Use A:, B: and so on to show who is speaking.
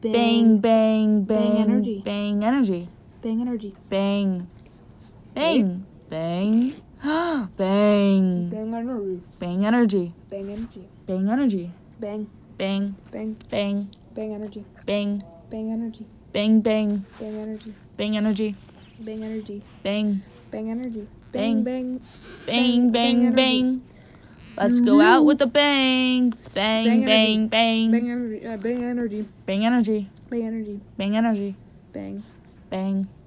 A: Bang.
B: Bang, bang, bang,
A: energy.
B: Bang energy.
A: Bang energy.
B: Bang. Bang. Bang. bang.
A: Bang energy.
B: Bang energy.
A: Bang energy.
B: Bang energy.
A: Bang.
B: Bang.
A: Bang.
B: Bang.
A: Bang energy.
B: Bang.
A: Bang energy.
B: Bang bang.
A: Bang energy.
B: Bang energy.
A: Bang energy.
B: Bang.
A: Bang energy. Bang.
B: Bang. Bang
A: Bang, bang,
B: bang
A: energy.
B: bang. Let's go out with a bang. Bang
A: Bang energy.
B: bang bang.
A: Bang energy. Uh, bang energy.
B: Bang energy.
A: Bang energy.
B: Bang energy.
A: Bang.
B: Bang.